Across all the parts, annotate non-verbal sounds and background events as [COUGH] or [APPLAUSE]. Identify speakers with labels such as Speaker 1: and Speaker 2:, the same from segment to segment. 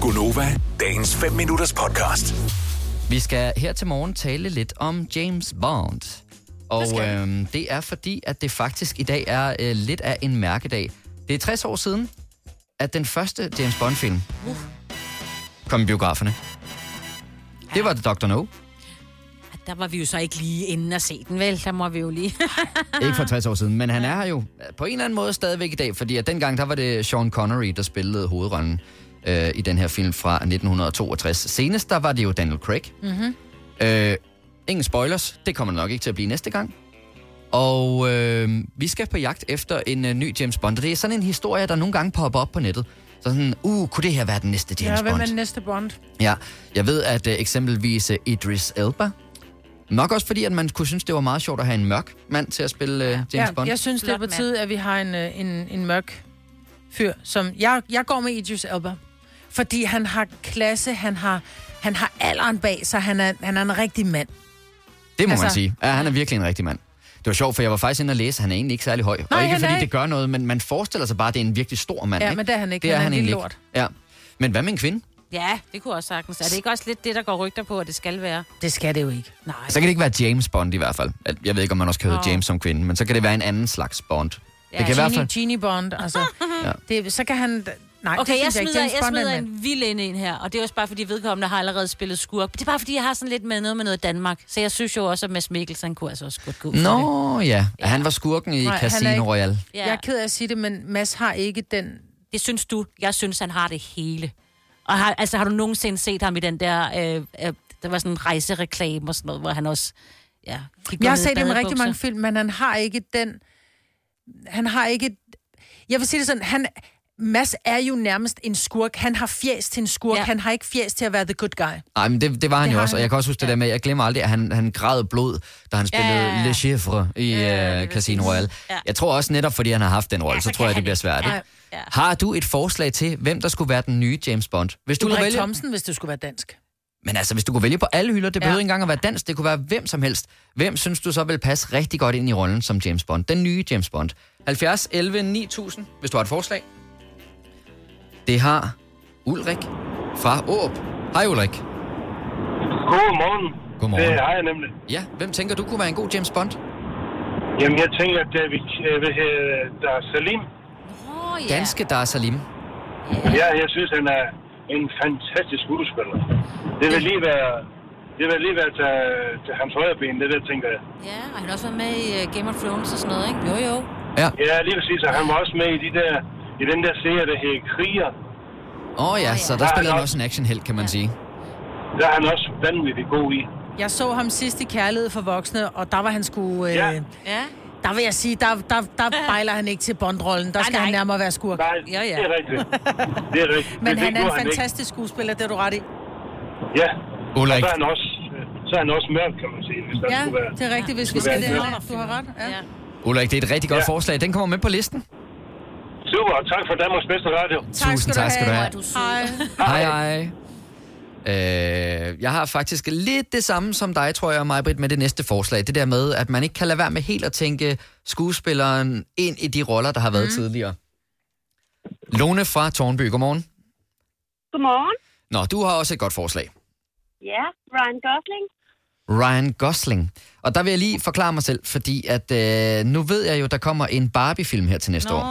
Speaker 1: Gunova, dagens 5 minutters podcast.
Speaker 2: Vi skal her til morgen tale lidt om James Bond. Og
Speaker 3: skal
Speaker 2: øhm, det er fordi, at det faktisk i dag er øh, lidt af en mærkedag. Det er 60 år siden, at den første James Bond-film
Speaker 3: Uh.
Speaker 2: kom i biograferne. Det var The Dr. No.
Speaker 3: Der var vi jo så ikke lige inden at se den, vel? Der må vi jo lige... [LAUGHS]
Speaker 2: Ikke for 60 år siden, men han er her jo øh, på en eller anden måde stadigvæk i dag, fordi at dengang der var det Sean Connery, der spillede hovedrollen øh, i den her film fra 1962. Senest der var det jo Daniel Craig. Mm-hmm. Øh, ingen spoilers, det kommer det nok ikke til at blive næste gang. Og øh, vi skal på jagt efter en øh, ny James Bond, og det er sådan en historie, der nogle gange popper op på nettet. Så sådan, uh, kunne det her være den næste James
Speaker 4: Ja, hvem
Speaker 2: Bond?
Speaker 4: er den næste Bond?
Speaker 2: Ja, jeg ved, at øh, eksempelvis øh, Idris Elba, nok også fordi, at man kunne synes, det var meget sjovt at have en mørk mand til at spille øh, James
Speaker 4: Ja,
Speaker 2: Bond.
Speaker 4: jeg synes, det er
Speaker 3: Flot
Speaker 4: på
Speaker 3: mand.
Speaker 4: tide, at vi har en, øh, en, en mørk fyr, som... Jeg, jeg går med Idris Elba, fordi han har klasse, han har, han har alderen bag sig, han er, han er en rigtig mand.
Speaker 2: Det må altså... man
Speaker 4: Altså-
Speaker 2: sige. Ja, han er virkelig en rigtig mand. Det var sjovt, for jeg var faktisk inde og læse, at han er egentlig ikke særlig høj.
Speaker 4: Nej,
Speaker 2: og ikke
Speaker 4: han er
Speaker 2: fordi det
Speaker 4: ikke.
Speaker 2: gør noget, men man forestiller sig bare, at det er en virkelig stor mand.
Speaker 4: Ja,
Speaker 2: ikke?
Speaker 4: men det er han ikke. Han er en lille
Speaker 2: egentlig ikke. Ja. Men hvad med en kvinde?
Speaker 3: ja, det kunne også sagtens. Er det ikke også lidt det, der går rygter på, at det skal være?
Speaker 4: Det skal det jo ikke.
Speaker 3: Nej.
Speaker 2: Så kan det ikke være James Bond i hvert fald. Al- Jeg ved ikke, om man også kan hedde
Speaker 3: Nå.
Speaker 2: James som kvinde, men så kan det være en anden slags Bond. Ja,
Speaker 3: Ja,
Speaker 2: det kan i hvert
Speaker 4: Genie,
Speaker 2: fald...
Speaker 4: Genie Bond, altså.
Speaker 2: Ja.
Speaker 4: ja. det, så kan han... Nej,
Speaker 3: Okay,
Speaker 4: det
Speaker 3: jeg
Speaker 4: synes ikke.
Speaker 3: smider,
Speaker 4: James
Speaker 3: jeg
Speaker 4: Bond er en
Speaker 3: smider
Speaker 4: mand.
Speaker 3: en vild ind en her, og det er også bare, fordi vedkommende har allerede spillet skurk. Det er bare, fordi jeg har sådan lidt med noget med noget Danmark. Så jeg synes jo også, at Mads Mikkelsen kunne altså også godt gå ud for det.
Speaker 2: Nå ja, han var skurken i
Speaker 4: Nej, han er
Speaker 2: Casino
Speaker 4: ikke-
Speaker 2: Royale.
Speaker 3: Ja,
Speaker 4: Jeg er ked af at sige det, men Mads har ikke den...
Speaker 3: Det synes du. Jeg synes, han har det hele. Og har, altså, har du nogensinde set ham i den der... Øh, øh, der var sådan en rejsereklame og sådan noget, hvor han også... Ja, gik
Speaker 4: Jeg har
Speaker 3: ned i
Speaker 4: set ham i rigtig
Speaker 3: badebukser.
Speaker 4: mange film, men han har ikke den... Han har ikke... Jeg vil sige det sådan, han... Mads er jo nærmest en skurk. Han har fjæs til en skurk.
Speaker 3: Ja.
Speaker 4: Ja. Han har ikke fjæs til at være the good guy.
Speaker 2: Nej, men det, det var han
Speaker 4: Det
Speaker 2: jo
Speaker 4: har
Speaker 2: også, og
Speaker 4: han.
Speaker 2: jeg kan også huske det der med, jeg glemmer aldrig, at han, han græd blod, da han spillede ja,
Speaker 3: ja,
Speaker 2: ja,
Speaker 3: ja.
Speaker 2: Le Chiffre i
Speaker 3: Ja,
Speaker 2: ja,
Speaker 3: lige
Speaker 2: øh, Casino
Speaker 3: præcis.
Speaker 2: Royale. Ja.
Speaker 3: Ja.
Speaker 2: Jeg tror også netop, fordi han har haft den rolle, ja,
Speaker 3: Ja,
Speaker 2: så,
Speaker 3: så
Speaker 2: så tror jeg, det
Speaker 3: kan
Speaker 2: bliver
Speaker 3: han
Speaker 2: svært.
Speaker 3: ikke.
Speaker 2: Ikke?
Speaker 3: Ja, ja.
Speaker 2: Har du et forslag til, hvem der skulle være den nye James Bond? Hvis du kunne
Speaker 4: Ulrik
Speaker 2: vælge,
Speaker 4: Thomsen, hvis du skulle være dansk.
Speaker 2: Men altså, hvis du kunne vælge på alle hylder, det
Speaker 4: Ja.
Speaker 2: behøver ikke engang at være dansk, det kunne være hvem som helst. Hvem synes du så vil passe rigtig godt ind i rollen som James Bond? Den nye James Bond. 70 11 9000, hvis du har et forslag. Det har Ulrik fra Åb. Hej Ulrik.
Speaker 5: Godmorgen.
Speaker 2: Godmorgen.
Speaker 5: Det har jeg nemlig.
Speaker 2: Ja, hvem tænker du kunne være en god James Bond?
Speaker 5: Jamen, jeg tænker, at David, øh, hvad hedder der er Salim.
Speaker 3: Åh, ja.
Speaker 2: Danske Dar Salim.
Speaker 5: Ja, jeg synes, han er en fantastisk skuespiller. Det vil lige være... Det vil lige være til, til hans højre ben, det der, tænker jeg.
Speaker 3: Ja, og han har også været med i øh, Game of Thrones og sådan noget, ikke? Jo, jo.
Speaker 2: Ja.
Speaker 5: Ja, lige præcis, og han var også med i, de der, i den der serie, der hedder Kriger.
Speaker 2: Åh oh, ja, så der
Speaker 5: Ja,
Speaker 2: spiller han
Speaker 5: nok.
Speaker 2: også en actionhelt, kan man sige.
Speaker 5: Der er han også vanvittig god i.
Speaker 4: Jeg så ham sidst i Kærlighed for Voksne, og der var han sgu... Øh,
Speaker 5: Ja.
Speaker 4: ja.
Speaker 3: Ja.
Speaker 4: Der vil jeg sige, der, der,
Speaker 3: [LAUGHS]
Speaker 4: der bejler han ikke til Bondrollen. Der skal
Speaker 3: nej.
Speaker 4: han nærmere være skurk.
Speaker 5: Nej,
Speaker 3: Ja, ja.
Speaker 5: det er
Speaker 4: [LAUGHS]
Speaker 5: rigtigt. Det er rigtigt.
Speaker 4: Men
Speaker 5: det,
Speaker 4: han er
Speaker 5: det
Speaker 4: en
Speaker 5: gjorde han ikke.
Speaker 4: fantastisk skuespiller, det er du ret i.
Speaker 5: Ja, og
Speaker 2: Ulrik.
Speaker 5: så er han også, øh, så er han også mørk, kan man sige, hvis der
Speaker 4: Ja,
Speaker 5: skulle være.
Speaker 4: det er rigtigt, hvis vi
Speaker 5: skulle
Speaker 4: skal det
Speaker 5: være en
Speaker 4: her. Du har ret. Ja.
Speaker 3: ja.
Speaker 2: Ulrik, det er et rigtig godt
Speaker 5: Ja.
Speaker 2: forslag. Den kommer med på listen.
Speaker 5: Super, og tak for Danmarks bedste radio.
Speaker 4: Tak
Speaker 2: Tusind
Speaker 4: skal du
Speaker 2: tak skal du
Speaker 4: have.
Speaker 2: have.
Speaker 3: Du er sød.
Speaker 4: Hej.
Speaker 2: Hej, hej. Øh, jeg har faktisk lidt det samme som dig, tror jeg, Majbrit, med det næste forslag. Det der med, at man ikke kan lade være med helt at tænke skuespilleren ind i de roller, der har
Speaker 5: Mhm.
Speaker 2: været mm. tidligere. Lone fra Tornby, godmorgen.
Speaker 6: Godmorgen.
Speaker 2: Nå, du har også et godt forslag.
Speaker 6: Ja, Ryan Gosling.
Speaker 2: Ryan Gosling. Og der vil jeg lige forklare mig selv, fordi at øh, nu ved jeg jo, der kommer en Barbie-film her til næste
Speaker 3: Nå.
Speaker 2: år,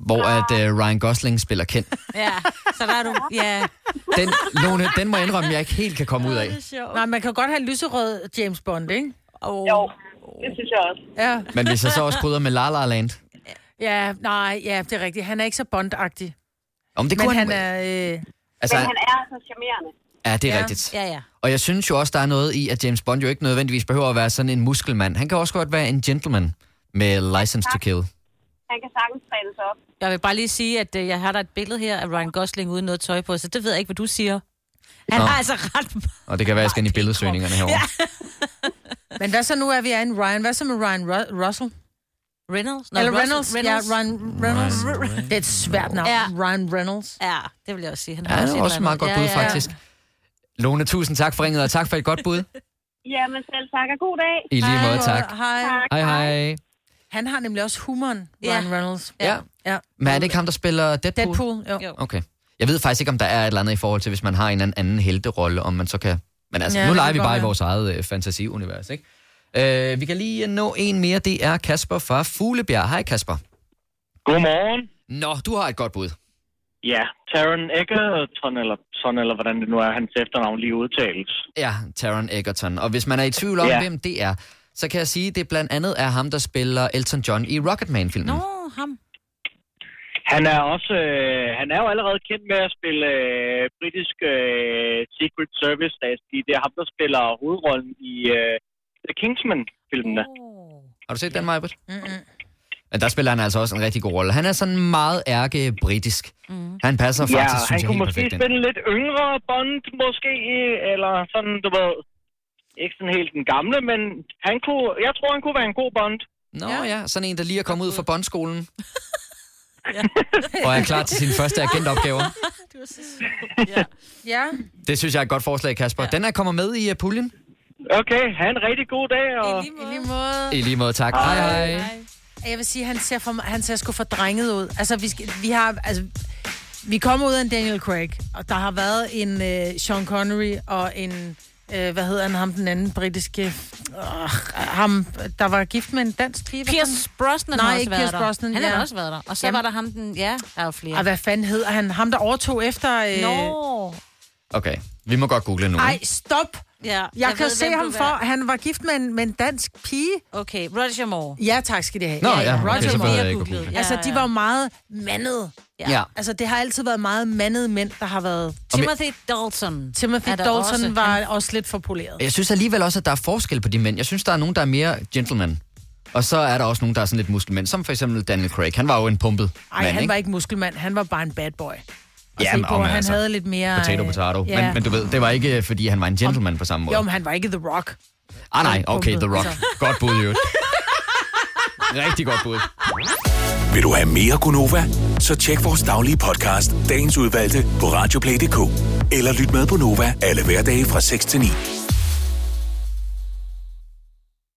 Speaker 2: hvor at øh, Ryan Gosling spiller kendt.
Speaker 3: Ja, så der er du... Ja.
Speaker 2: Den, Lone, den må jeg indrømme, jeg ikke helt kan komme ud af.
Speaker 3: sjovt.
Speaker 4: Nej, man kan godt have lyserød James Bond, ikke?
Speaker 3: Oh.
Speaker 6: Jo, det synes jeg også.
Speaker 4: Ja.
Speaker 2: Men hvis jeg så også krydder med La La Land.
Speaker 4: Ja, nej, ja, det er rigtigt. Han er ikke så bondagtig.
Speaker 2: Om det
Speaker 4: Men
Speaker 2: kunne
Speaker 4: han er... Øh,
Speaker 2: Altså,
Speaker 6: Men han er så charmerende.
Speaker 2: ja, det er
Speaker 4: Ja.
Speaker 2: rigtigt.
Speaker 3: Ja, ja.
Speaker 2: Og jeg synes jo også, der er noget i, at James Bond jo ikke nødvendigvis behøver at være sådan en muskelmand. Han kan også godt være en gentleman med license to kill.
Speaker 6: Han kan sagtens træne sig op.
Speaker 3: Jeg vil bare lige sige, at øh, jeg har der et billede her af Ryan Gosling uden noget tøj på, så det ved jeg ikke, hvad du siger. Han
Speaker 2: Nå.
Speaker 3: har altså ret meget.
Speaker 2: Og det kan være, at jeg skal ind i billedsøgningerne herovre.
Speaker 4: men hvad så nu er vi er en Ryan? Hvad så med Ryan Ru- Russell?
Speaker 3: Reynolds?
Speaker 4: Nå, Eller Reynolds? Reynolds? Ja,
Speaker 3: Reynolds.
Speaker 4: Ryan Reynolds. Det er et svært navn.
Speaker 3: Ja.
Speaker 4: Ja. Ryan Reynolds.
Speaker 3: Ja, det vil jeg også sige. Han har
Speaker 2: Ja, det
Speaker 3: et
Speaker 2: er
Speaker 3: eller
Speaker 2: også et meget
Speaker 3: andet.
Speaker 2: godt
Speaker 3: Ja,
Speaker 2: bud,
Speaker 3: ja, ja.
Speaker 2: faktisk. Lone, tusind tak for ringet, og tak for et godt bud.
Speaker 6: Jamen selv tak, og god dag.
Speaker 2: I lige måde, tak.
Speaker 4: Hej.
Speaker 2: Hej, hej.
Speaker 4: Han har nemlig også humoren,
Speaker 3: Ja.
Speaker 4: Ryan Reynolds.
Speaker 2: Ja.
Speaker 4: ja.
Speaker 2: Men er det ikke ham, der spiller Deadpool?
Speaker 4: Deadpool, jo.
Speaker 3: Jo.
Speaker 2: Okay. Jeg ved faktisk ikke, om der er et eller andet i forhold til, hvis man har en eller anden- anden helterolle, om man så kan... Men altså,
Speaker 4: Ja,
Speaker 2: ja, nu
Speaker 4: det
Speaker 2: leger
Speaker 4: kan
Speaker 2: vi
Speaker 4: godt
Speaker 2: bare i
Speaker 4: være.
Speaker 2: vores eget øh, fantasiunivers, ikke? Øh, vi kan lige nå en mere. Det er Kasper fra Fuglebjerg. Hej, Kasper.
Speaker 7: Godmorgen.
Speaker 2: Nå, du har et godt bud.
Speaker 7: Ja, Taron Egerton, eller sådan, eller hvordan det nu er, hans efternavn lige udtales.
Speaker 2: Ja, Taron Egerton. Og hvis man er i tvivl om, ja.
Speaker 7: Ja.
Speaker 2: hvem det er, så kan jeg sige, at det blandt andet er ham, der spiller Elton John i Rocketman-filmen.
Speaker 3: Nå, ham.
Speaker 7: Han er også, øh, han er jo allerede kendt med at spille øh, britisk øh, Secret Service, da jeg siger. det er ham, der spiller hovedrollen i øh, The Kingsman-filmene.
Speaker 2: Har du set den, Majbert?
Speaker 4: Mm-mm.
Speaker 2: Men der spiller han altså også en rigtig god rolle. Han er sådan meget ærke-britisk. Mm. Han passer faktisk,
Speaker 7: ja,
Speaker 2: synes
Speaker 7: han
Speaker 2: jeg,
Speaker 7: kunne
Speaker 2: helt
Speaker 7: måske
Speaker 2: perfekt ind.
Speaker 7: spille lidt yngre Bond, måske, eller sådan, du ved, ikke sådan helt den gamle, men han kunne, jeg tror, han kunne være en god Bond.
Speaker 2: Nå ja. ja, sådan en, der lige er kommet ud fra
Speaker 4: [LAUGHS]
Speaker 2: bondskolen. og er klar til sine første agentopgaver.
Speaker 3: Du er så sød. ja.
Speaker 4: Ja.
Speaker 2: Det synes jeg er et godt forslag, Kasper. Den er kommer med i øh, puljen.
Speaker 7: Okay, have en rigtig god dag, og...
Speaker 3: I lige
Speaker 4: I
Speaker 3: måde.
Speaker 4: lige måde.
Speaker 2: I lige måde, tak. Hej, hej. hej.
Speaker 4: Jeg vil sige, han ser, for, han ser sgu for drenget ud. Altså, vi, skal, vi har... Altså, vi kommer ud af en Daniel Craig, og der har været en øh, Sean Connery og en... Øh, hvad hedder han? Ham, den anden britiske... Øh, ham, der var gift med en dansk pige. hvad
Speaker 3: Pierce Brosnan
Speaker 4: Nej,
Speaker 3: har også
Speaker 4: ikke
Speaker 3: været
Speaker 4: Pierce
Speaker 3: der.
Speaker 4: Brosnan,
Speaker 3: Han har
Speaker 4: ja.
Speaker 3: også været der. Og så
Speaker 4: Jamen.
Speaker 3: var der ham den, ja, der er jo flere.
Speaker 4: Ah, hvad fanden hedder han? Ham, der overtog efter... Øh...
Speaker 3: Nå.
Speaker 2: Okay, vi må godt google nu.
Speaker 4: Ej, stop!
Speaker 3: Ja, jeg,
Speaker 4: Jeg, jeg kan
Speaker 3: ved,
Speaker 4: ved, se
Speaker 3: hvem
Speaker 4: ham
Speaker 3: du
Speaker 4: for, at han var gift med en, med en dansk pige.
Speaker 3: er. Okay, Roger Moore.
Speaker 4: Ja, tak skal de have.
Speaker 2: Nå, ja, okay,
Speaker 4: Roger
Speaker 2: så
Speaker 4: Moore.
Speaker 2: bedre.
Speaker 3: Jeg
Speaker 2: ikke
Speaker 3: googlede.
Speaker 2: at
Speaker 3: Ja,
Speaker 4: Altså, de
Speaker 3: ja.
Speaker 4: var jo meget mandede.
Speaker 2: Ja.
Speaker 4: Altså, det har altid været meget mandede mænd, der har været...
Speaker 3: Timothy Dalton.
Speaker 4: Timothy
Speaker 3: er der
Speaker 4: Dalton
Speaker 3: også.
Speaker 4: også, var han... også lidt for poleret.
Speaker 2: Jeg synes alligevel også, at der er forskel på de mænd. Jeg synes, der er nogen, der er mere gentleman. Og så er der også nogen, der er sådan lidt muskelmænd, som for eksempel Daniel Craig. Han var jo en pumpet
Speaker 4: Ej,
Speaker 2: mand,
Speaker 4: han
Speaker 2: ikke?
Speaker 4: var ikke muskelmand, han var bare en bad boy. Og
Speaker 2: Jamen,
Speaker 4: se på,
Speaker 2: om
Speaker 4: han
Speaker 2: altså,
Speaker 4: havde lidt mere...
Speaker 2: Potato,
Speaker 4: øh,
Speaker 2: potato.
Speaker 4: Ja.
Speaker 2: Men, men du ved, det var ikke, øh, fordi han var en gentleman på samme måde.
Speaker 4: Jo, men han var ikke The Rock.
Speaker 2: Ah nej, okay, The
Speaker 4: pumpet,
Speaker 2: Rock.
Speaker 4: altså.
Speaker 2: Godt bud, jo. Rigtig godt bud.
Speaker 1: Vil du have mere Gunova? Så tjek vores daglige podcast, dagens udvalgte, på radioplay.dk. Eller lyt med på Nova alle hverdage fra 6 til 9.